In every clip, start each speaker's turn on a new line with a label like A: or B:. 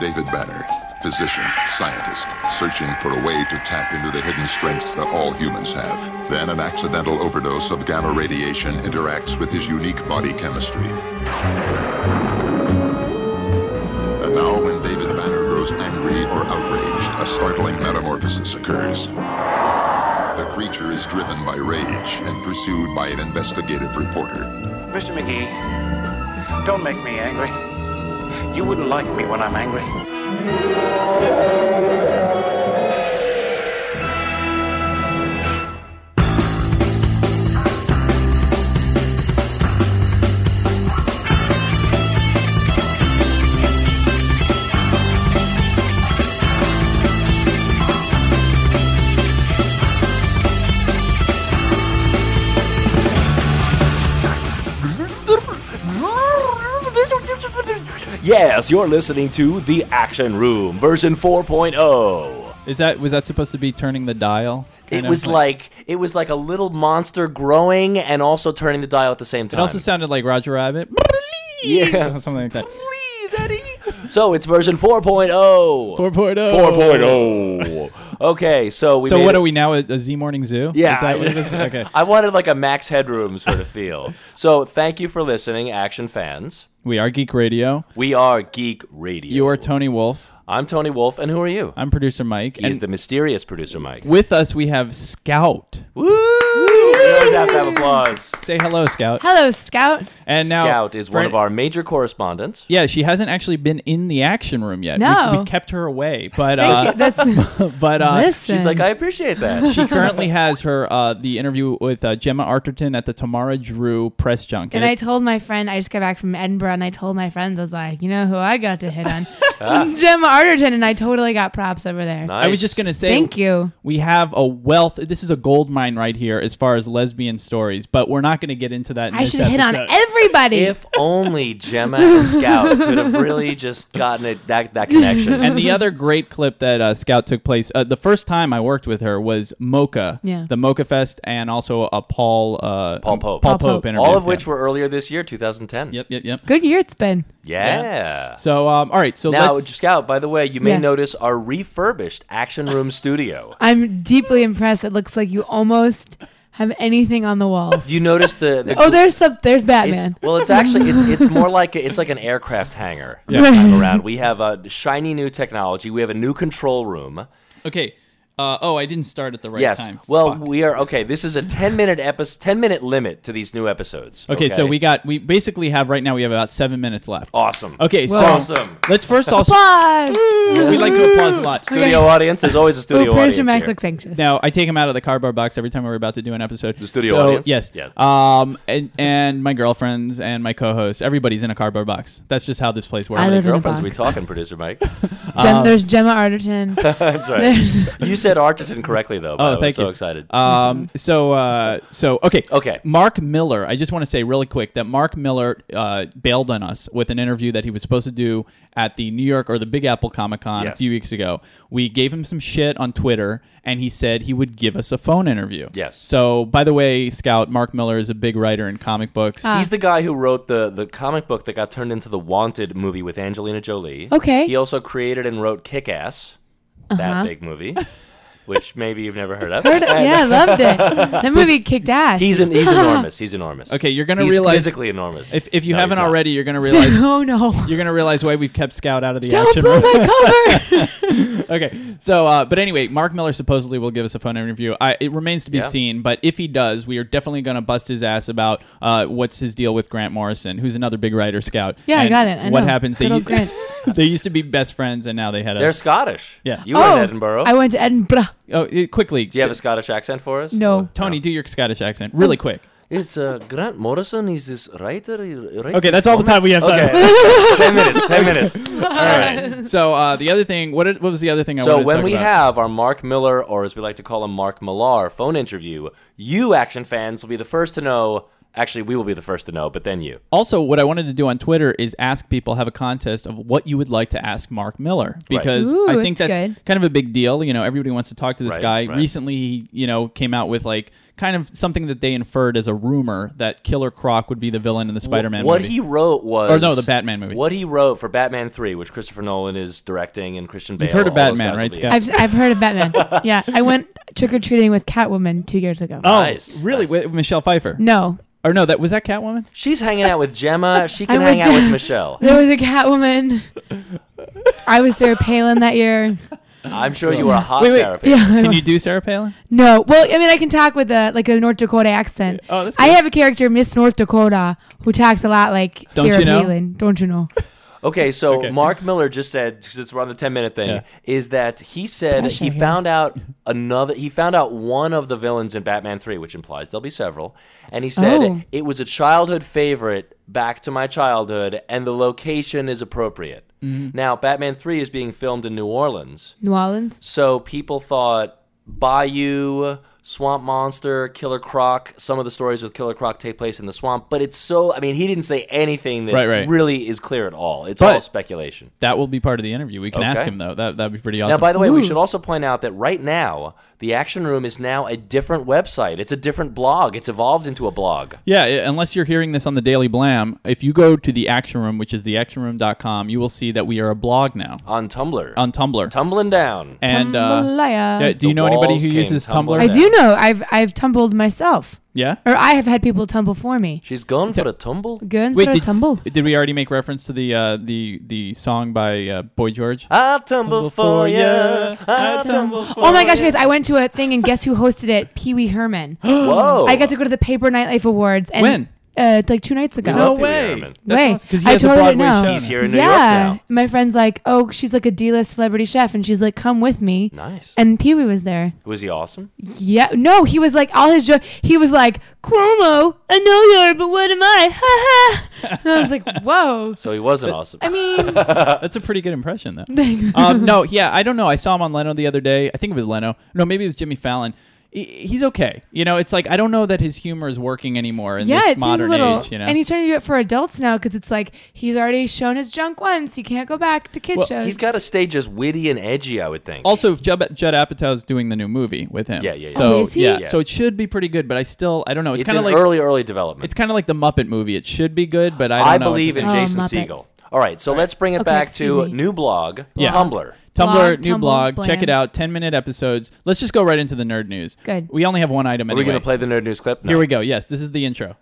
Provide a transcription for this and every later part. A: David Banner, physician, scientist, searching for a way to tap into the hidden strengths that all humans have. Then an accidental overdose of gamma radiation interacts with his unique body chemistry. And now when David Banner grows angry or outraged, a startling metamorphosis occurs. The creature is driven by rage and pursued by an investigative reporter.
B: Mr. McGee, don't make me angry. You wouldn't like me when I'm angry.
C: Yes, you're listening to The Action Room, version 4.0.
D: Is that was that supposed to be turning the dial?
C: It
D: Kind of
C: was like it was like a little monster growing and also turning the dial at the same time.
D: it also sounded like Roger Rabbit.
C: um, Yeah.
D: something like that.
C: Please, Eddie. So it's version oh. 4.0.
D: 4.0.
C: 4.0. oh. okay, so oh. we
D: oh. So
C: made
D: what
C: it-
D: are we now? A, a Z Morning Zoo?
C: Yeah.
D: Is that what it is? Okay.
C: I wanted like a max headroom sort of feel. so thank you for listening, action fans.
D: We are Geek Radio.
C: We are Geek Radio.
D: You are Tony Wolf.
C: I'm Tony Wolf, and who are you?
D: I'm producer Mike.
C: He is the mysterious producer, Mike.
D: with us we have Scout.
C: Woo! We always have to have applause.
D: Say hello, Scout.
E: Hello, Scout.
D: And now
C: Scout is
D: for
C: one
D: an-
C: of our major correspondents.
D: Yeah, she hasn't actually been in the action room yet. We-
E: No.
D: We, kept her away, but
E: Thank you.
D: uh,
E: That's
D: but uh,
E: listen.
C: He's like, I appreciate that.
D: she currently has her uh, the interview with uh, Gemma Arterton at the Tamara Drew press junket.
E: and I told my friend, I just got back from Edinburgh, and I told my friends, I was like, you know who I got to hit on?
C: Ah.
E: Jim Arterton, and I totally got props over there.
C: Nice.
D: I was just gonna say,
E: Thank you.
D: We have a wealth. This is a gold mine right here as far as lesbian stories, but we're not gonna get into that. In
E: I
D: this
E: should hit on
D: episode.
E: everybody.
C: If only Gemma and Scout could have really just gotten it that that connection.
D: and the other great clip that uh, Scout took place, uh, the first time I worked with her was Mocha,
E: Yeah.
D: the Mocha Fest, and also a Paul uh,
C: Paul Pope.
D: Paul
E: Paul
D: Pope
E: Pope.
D: interview.
C: All of which
D: Yeah.
C: were earlier this year, 2010.
D: Yep, yep, yep.
E: Good year it's been.
C: Yeah.
D: So, um, all right. So
C: Now,
D: let's,
C: Scout, by the way, you may
E: Yeah.
C: notice our refurbished Action Room studio.
E: I'm deeply impressed. It looks like you almost have anything on the walls.
C: You notice the, the
E: Oh, there's some, there's
C: it's,
E: Batman.
C: well, it's actually it's, it's more like a, it's like an aircraft hangar.
D: Yeah.
C: this time around, we have a shiny new technology. We have a new control room.
D: okay. Uh, oh, I didn't start at the right
C: yes.
D: time.
C: Well,
D: Fuck.
C: we are okay. This is a ten minute episode, ten minute limit to these new episodes.
D: okay, So we got we basically have right now we have about seven minutes left.
C: awesome.
D: Okay. So
C: Awesome.
D: let's first also
E: Applause.
D: we like to applause a lot.
C: Studio audience. There's always a studio
E: Oh,
C: audience.
E: producer Mike
C: here.
E: looks anxious.
D: Now I take him out of the cardboard box every time we're about to do an episode. The
C: studio
D: so,
C: audience?
D: yes,
C: Yes.
D: Um, and and my girlfriends and my co-hosts, everybody's in a cardboard box. That's just how this place works.
E: I live in a
C: Girlfriends, we
E: box.
C: talking, producer Mike.
E: Gem-
D: um,
E: there's Gemma Arterton.
C: That's right.
E: There's
C: You said Arterton correctly though. By
D: Oh,
C: the way.
D: thank
C: so
D: you.
C: excited.
D: Um, so, uh, so okay,
C: Okay.
D: Mark Miller. I just want to say really quick that Mark Miller uh, bailed on us with an interview that he was supposed to do at the New York or the Big Apple Comic Con a
C: Yes.
D: few weeks ago. We gave him some shit on Twitter, and he said he would give us a phone interview.
C: Yes.
D: So, by the way, Scout Mark Miller is a big writer in comic books.
E: Ah.
C: He's the guy who wrote the the comic book that got turned into the Wanted movie with Angelina Jolie.
E: Okay. Uh-huh.
C: He also created and wrote Kick Ass, that big movie, which maybe you've never heard of. And
E: yeah, I loved it. That movie kicked ass.
C: He's an, he's enormous. He's enormous.
D: Okay, you're gonna
C: He's
D: realize-
C: physically enormous.
D: If if you
C: No, he's
D: haven't
C: not.
D: already, you're gonna realize.
E: oh no.
D: You're gonna realize why we've kept Scout out of the
E: Don't
D: action.
E: blow my cover.
D: okay so uh, but anyway mark miller supposedly will give us a phone interview I, it remains to be
C: Yeah.
D: seen but if he does we are definitely going to bust his ass about uh, what's his deal with grant morrison who's another big writer scout
E: Yeah, I
D: and
E: got it. I
D: what
E: know.
D: happens they,
E: Good old
D: u-
E: Grant.
D: they used to be best friends and now they had a
C: They're Scottish.
D: Yeah.
C: You were in Edinburgh.
E: Oh, I went to Edinburgh.
D: oh, uh, quickly
C: Do you have a Scottish accent for us?
E: No.
D: tony do your scottish accent really
E: Um,
D: quick
C: It's uh, Grant Morrison. He's this writer. he writes
D: okay
C: these
D: that's all the time we have
C: Okay.
D: time
C: ten minutes. Ten minutes. All right.
D: so uh, the other thing what, did- what was the other thing i
C: So
D: wanted to
C: when
D: talk
C: we
D: about?
C: have our Mark Miller, or as we like to call him, Mark Millar, phone interview, you action fans will be the first to know. Actually, we will be the first to know, but then you.
D: Also, what I wanted to do on Twitter is ask people have a contest of what you would like to ask Mark Miller because
E: Ooh,
D: I think
E: that's
D: that's
E: good.
D: kind of a big deal. You know, everybody wants to talk to this
C: Right,
D: guy.
C: right.
D: Recently, he you know came out with like kind of something that they inferred as a rumor that Killer Croc would be the villain in the Spider-Man
C: What
D: movie.
C: he wrote was
D: Or no, the Batman movie.
C: What he wrote for Batman Three, which Christopher Nolan is directing, and Christian Bale.
D: You've heard of
C: all those
D: Batman,
C: guys
D: right,
C: will be in
D: Scott?
C: it.
E: I've I've heard of Batman. yeah, I went trick or treating with Catwoman two years ago.
D: oh,
C: Nice,
D: really?
C: nice.
D: With Michelle Pfeiffer?
E: No,
D: Or no, that was that Catwoman?
C: She's hanging out with Gemma. She can
E: I
C: hang
E: went
C: out
E: to-
C: with Michelle.
E: there was a Catwoman. I was Sarah Palin that year.
C: I'm sure you were a hot
D: Wait, wait.
C: therapist.
E: Yeah, I
D: Can
E: was.
D: you do Sarah Palin?
E: no. Well, I mean, I can talk with a like a North Dakota accent.
D: Oh, that's
E: I
D: good.
E: have a character, Miss North Dakota, who talks a lot like
D: Don't
E: Sarah
D: you know?
E: Palin. Don't you know?
C: Okay, so
D: Okay.
C: Mark Miller just said, since we're on the ten minute thing,
D: Yeah.
C: is that he said
E: Pressure
C: he
E: here.
C: found out another. He found out one of the villains in Batman Three, which implies there'll be several. And he said
E: Oh.
C: it was a childhood favorite, back to my childhood, and the location is appropriate. Now, Batman Three is being filmed in New Orleans,
E: New Orleans.
C: so people thought Bayou. Swamp Monster, Killer Croc. Some of the stories with Killer Croc take place in the swamp, but it's so. I mean, he didn't say anything that
D: Right, right.
C: really is clear at all. It's
D: But-
C: all speculation.
D: That will be part of the interview. We can ask
C: Okay.
D: him though. That that'd be pretty awesome.
C: Now, by the way, we
E: Ooh.
C: should also point out that right now, the Action Room is now a different website. It's a different blog. It's evolved into a blog.
D: Yeah, i- unless you're hearing this on the Daily Blam, if you go to the Action Room, which is theactionroom.com, you will see that we are a blog now
C: On Tumblr.
D: on Tumblr.
C: Tumbling down.
D: and uh,
E: Tumblaya.
D: yeah, do you
C: The
D: know anybody
C: walls
D: who
C: came
D: uses Tumblr?
C: tumbling
E: I do know. I've I've tumbled myself,
D: Yeah.
E: or I have had people tumble for me.
C: She's gone for a tumble?
E: Good for a
D: did,
E: tumble.
D: did we already make reference to the uh, the the song by uh, Boy George?
C: I'll tumble for ya. I'll tumble for
E: Oh my gosh, guys! I went to a thing and guess who hosted it? Pee Wee Herman.
C: Whoa.
E: I got to go to the Paper Nightlife Awards. And,
D: Oh. When?
E: Uh, like two nights ago.
C: No way.
E: Way.
D: Because he
E: I
D: has a
E: totally
D: Broadway
E: know.
D: show.
C: He's
D: now.
C: here in New
E: yeah,
C: York
E: my friend's like, oh, she's like a D-list celebrity chef, and she's like, come with me.
C: now. Nice.
E: And Pee Wee was there.
C: Was he awesome?
E: Yeah, no, he was like all his joke. He was like Cuomo. I know you're, but what am I? Ha ha. And I was like, whoa.
C: So he wasn't awesome.
E: I mean,
D: That's a pretty good impression, though.
E: Thanks.
D: um, no, yeah, I don't know. I saw him on Leno the other day. I think it was Leno. No, maybe it was Jimmy Fallon. He- He's okay. You know, it's like I don't know that his humor is working anymore in
E: yeah,
D: this
E: it seems a
D: modern
E: little.
D: age. You know,
E: And he's trying to do it for adults now because it's like he's already shown his junk once. He can't go back to kid
D: Well,
E: shows.
C: He's got to stay just witty and edgy, I would think.
D: also Judd, Judd Apatow's doing the new movie with him.
C: Yeah, yeah, yeah.
D: So
E: Oh, is he?
D: yeah,
C: Yeah.
D: so it should be pretty good. But I still, I don't know. It's,
C: it's
D: kind
C: in
D: of like
C: early, early development.
D: it's kind of like the Muppet movie. It should be good, but I don't
C: I,
D: know.
C: believe in
E: Oh,
C: Jason
E: Muppets.
C: Siegel. All right, so let's bring it
E: Okay,
C: back to
E: excuse me.
C: new blog,
D: Yeah.
C: Tumblr.
D: Tumblr,
E: Blog,
D: new
E: Tumblr,
D: blog.
E: Blam.
D: Check it out. Ten minute episodes. Let's just go right into the nerd news.
E: Good.
D: We only have one item.
C: Are
D: anyway.
C: we going to play the nerd news clip? No.
D: Here we go. Yes, this is the intro.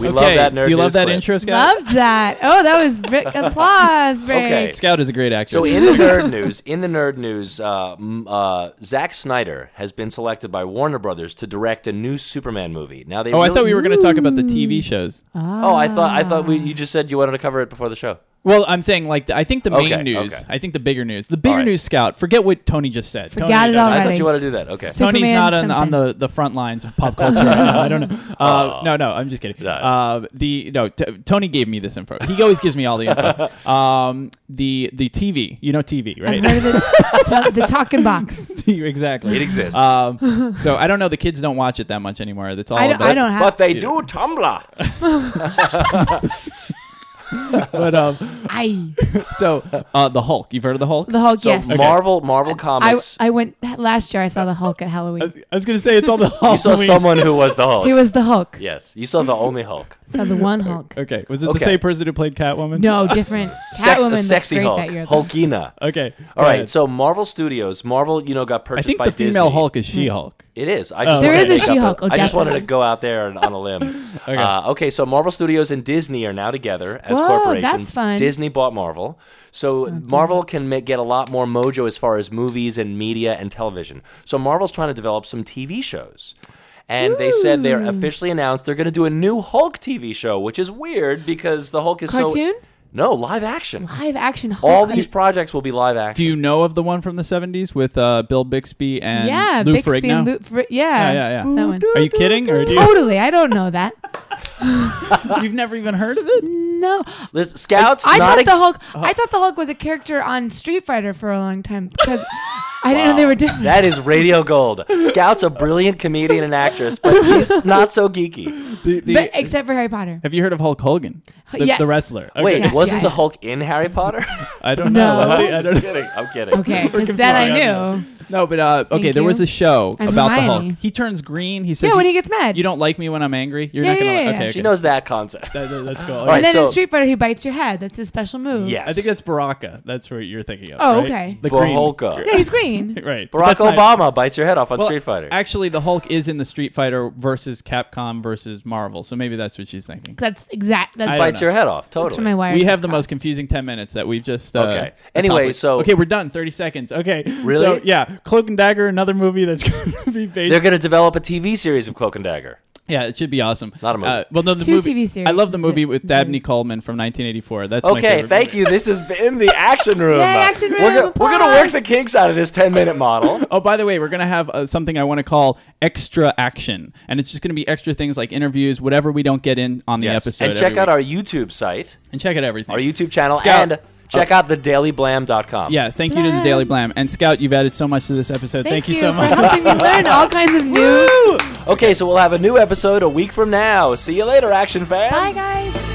C: We love that nerd.
D: Do you love
C: news
D: that
C: clip.
D: intro, Scout?
E: Loved that. Oh, that was bri- applause. Break.
C: Okay.
D: Scout is a great actor.
C: So in the nerd news, in the nerd news, uh, m- uh, Zack Snyder has been selected by Warner Brothers to direct a new Superman movie. Now they.
D: Oh, I
C: really-
D: thought we were Ah. going to talk about the TV shows.
E: Uh-huh.
C: Oh, I thought I thought we, you just said you wanted to cover it before the show.
D: Well, I'm saying like the, I think the main
C: Okay,
D: news.
C: okay.
D: I think the bigger news. The bigger
C: right.
D: news, Scout. Forget what Tony just said.
E: Forgot
D: Tony,
E: it
D: doesn't-
E: already.
C: I thought
E: Alrighty.
C: you wanted to do that. Okay.
E: So-
D: Tony's
E: Superman
D: not on, on
E: something.
D: the, the front lines of pop culture. right now. I don't know. Uh, no, no, I'm just kidding.
C: Oh. No.
D: Uh, the no, t- Tony gave me this info. He always gives me all the info. Um, the the TV, you know TV,
E: I've
D: right?
E: heard of it. the talking box.
D: exactly.
C: It exists.
D: Um, so I don't know. The kids don't watch it that much anymore. That's all.
E: I don't-
D: about
E: I don't have-
C: but they do Tumblr.
D: But um,
E: I
D: so uh, the Hulk. You've heard of the Hulk?
E: the Hulk.
C: So
E: yes.
C: Marvel, Marvel
E: I,
C: Comics.
E: I went last year. I saw the Hulk at
D: I
E: Halloween.
D: was- I was gonna say it's all the Hulk.
C: you saw someone who was the Hulk.
E: He was the Hulk.
C: yes, you saw the only Hulk.
E: Saw the one Hulk.
D: Okay, was it
C: Okay.
D: the same person who played Catwoman?
E: No, different.
C: Sex,
E: Catwoman
C: a
E: looked
C: sexy
E: great
C: Hulk.
E: that year. though.
C: Hulkina.
D: Okay.
C: All
D: go
C: right,
D: ahead.
C: so Marvel Studios, Marvel, you know, got
D: I
C: purchased
D: think
C: by
D: the
C: Disney.
D: female Hulk is She-Hulk.
C: It is. I just
D: Oh, There
C: wanted
D: is
C: to
D: a
C: make up
E: She-Hulk. Oh,
C: I just wanted to
E: definitely.
C: go out there and, on a limb. okay. Uh, okay. So Marvel Studios and Disney are now together as
E: Whoa,
C: corporations.
E: that's fun. Oh,
C: Disney bought Marvel, so Marvel can make, get a lot more mojo as far as movies and media and television. So Marvel's trying to develop some TV shows. And they said they're officially announced they're going to do a new Hulk TV show, which is weird because the Hulk is
E: Cartoon?
C: so no live action.
E: Live action Hulk.
C: All these projects will be live action.
D: Do you know of the one from the '70s with uh, Bill Bixby and
E: yeah,
D: Lou
E: Bixby
D: Ferrigno?
E: and Lou Fer- yeah.
D: Yeah, yeah, yeah.
E: That one.
D: Are you kidding? Or do you,
E: Totally. I don't know that.
D: you've never even heard of it?
E: No.
C: Listen, Scouts,
E: I
C: not
E: thought
C: a,
E: the Hulk
D: Oh.
E: I thought the Hulk was a character on Street Fighter for a long time because I didn't know they were different.
C: that is radio gold. Scout's a brilliant comedian and actress, but she's not so geeky.
D: The- the-
E: but, except for Harry Potter.
D: have you heard of Hulk Hogan? The,
E: Yes.
D: the wrestler. Okay.
C: Wait,
E: Yeah,
C: wasn't
E: yeah,
C: the Hulk in Harry Potter?
D: I don't
E: No.
D: know. Let's see, I
C: I'm
D: don't-
C: just kidding. I'm kidding.
E: Okay, because
D: We're
E: then I
D: confused.
E: knew.
D: No, but uh, okay, there
E: you.
D: was a show
E: I'm
D: about the
E: Hermione.
D: Hulk. He turns green. He says,
E: Yeah, when
D: you,
E: he gets mad.
D: you don't like me when I'm angry. You're
E: Yeah,
D: not gonna.
E: yeah,
D: like
E: yeah,
D: okay,
E: yeah.
D: okay.
C: She knows that concept.
D: That, that, that's cool.
C: right.
E: and then in
C: so-
E: Street Fighter, he bites your head. That's his special move.
C: Yes.
D: I think that's Baraka. That's what you're thinking of.
E: Oh,
D: right?
E: okay.
D: The green.
C: Baholka.
E: Yeah, he's green.
D: Right. But
C: Barack
D: that's not-
C: Obama bites your head off on
D: Well,
C: Street Fighter.
D: Actually, the Hulk is in the Street Fighter versus Capcom versus Marvel, so maybe that's what she's thinking.
E: That's exact. That's,
D: I
E: that's
D: don't
C: bites
D: know.
C: your head off. Totally.
E: where my wires.
D: We have
E: got
D: the most
E: crossed.
D: confusing ten minutes that we've just. Uh,
C: Okay. Anyway,
D: accomplished.
C: so-
D: okay, we're done. Thirty seconds. Okay.
C: Really?
D: So, yeah, Cloak and Dagger, another movie that's going to be based.
C: They're going to develop a TV series of Cloak and Dagger.
D: yeah, it should be awesome.
C: Not a movie.
D: Uh, well, no, the
E: Two
D: movie.
E: TV series.
D: I love the
E: That's
D: movie
E: it.
D: with Dabney Coleman from 1984. That's My
C: Okay,
D: favorite
C: thank
D: movie.
C: you. This has been the action room.
E: Yay, Action
C: We're,
E: Room,
C: we're gonna work
E: applause.
C: the kinks out of this ten-minute model.
D: Oh, by the way, we're gonna have uh, something I want to call extra action, and it's just gonna be extra things like interviews, whatever we don't get in on the
C: Yes.
D: episode.
C: and check
D: every
C: out
D: week.
C: our YouTube site,
D: and check out everything.
C: our YouTube channel,
D: Scout. Uh,
C: and check out thedailyblam.com.
D: Yeah, thank you to the
E: Blam.
D: Daily Blam and Scout. You've added so much to this episode. Thank, you so
E: for
D: much.
E: helping me learn all kinds of new.
C: Okay, so we'll have a new episode a week from now. See you later, action fans.
E: Bye, guys.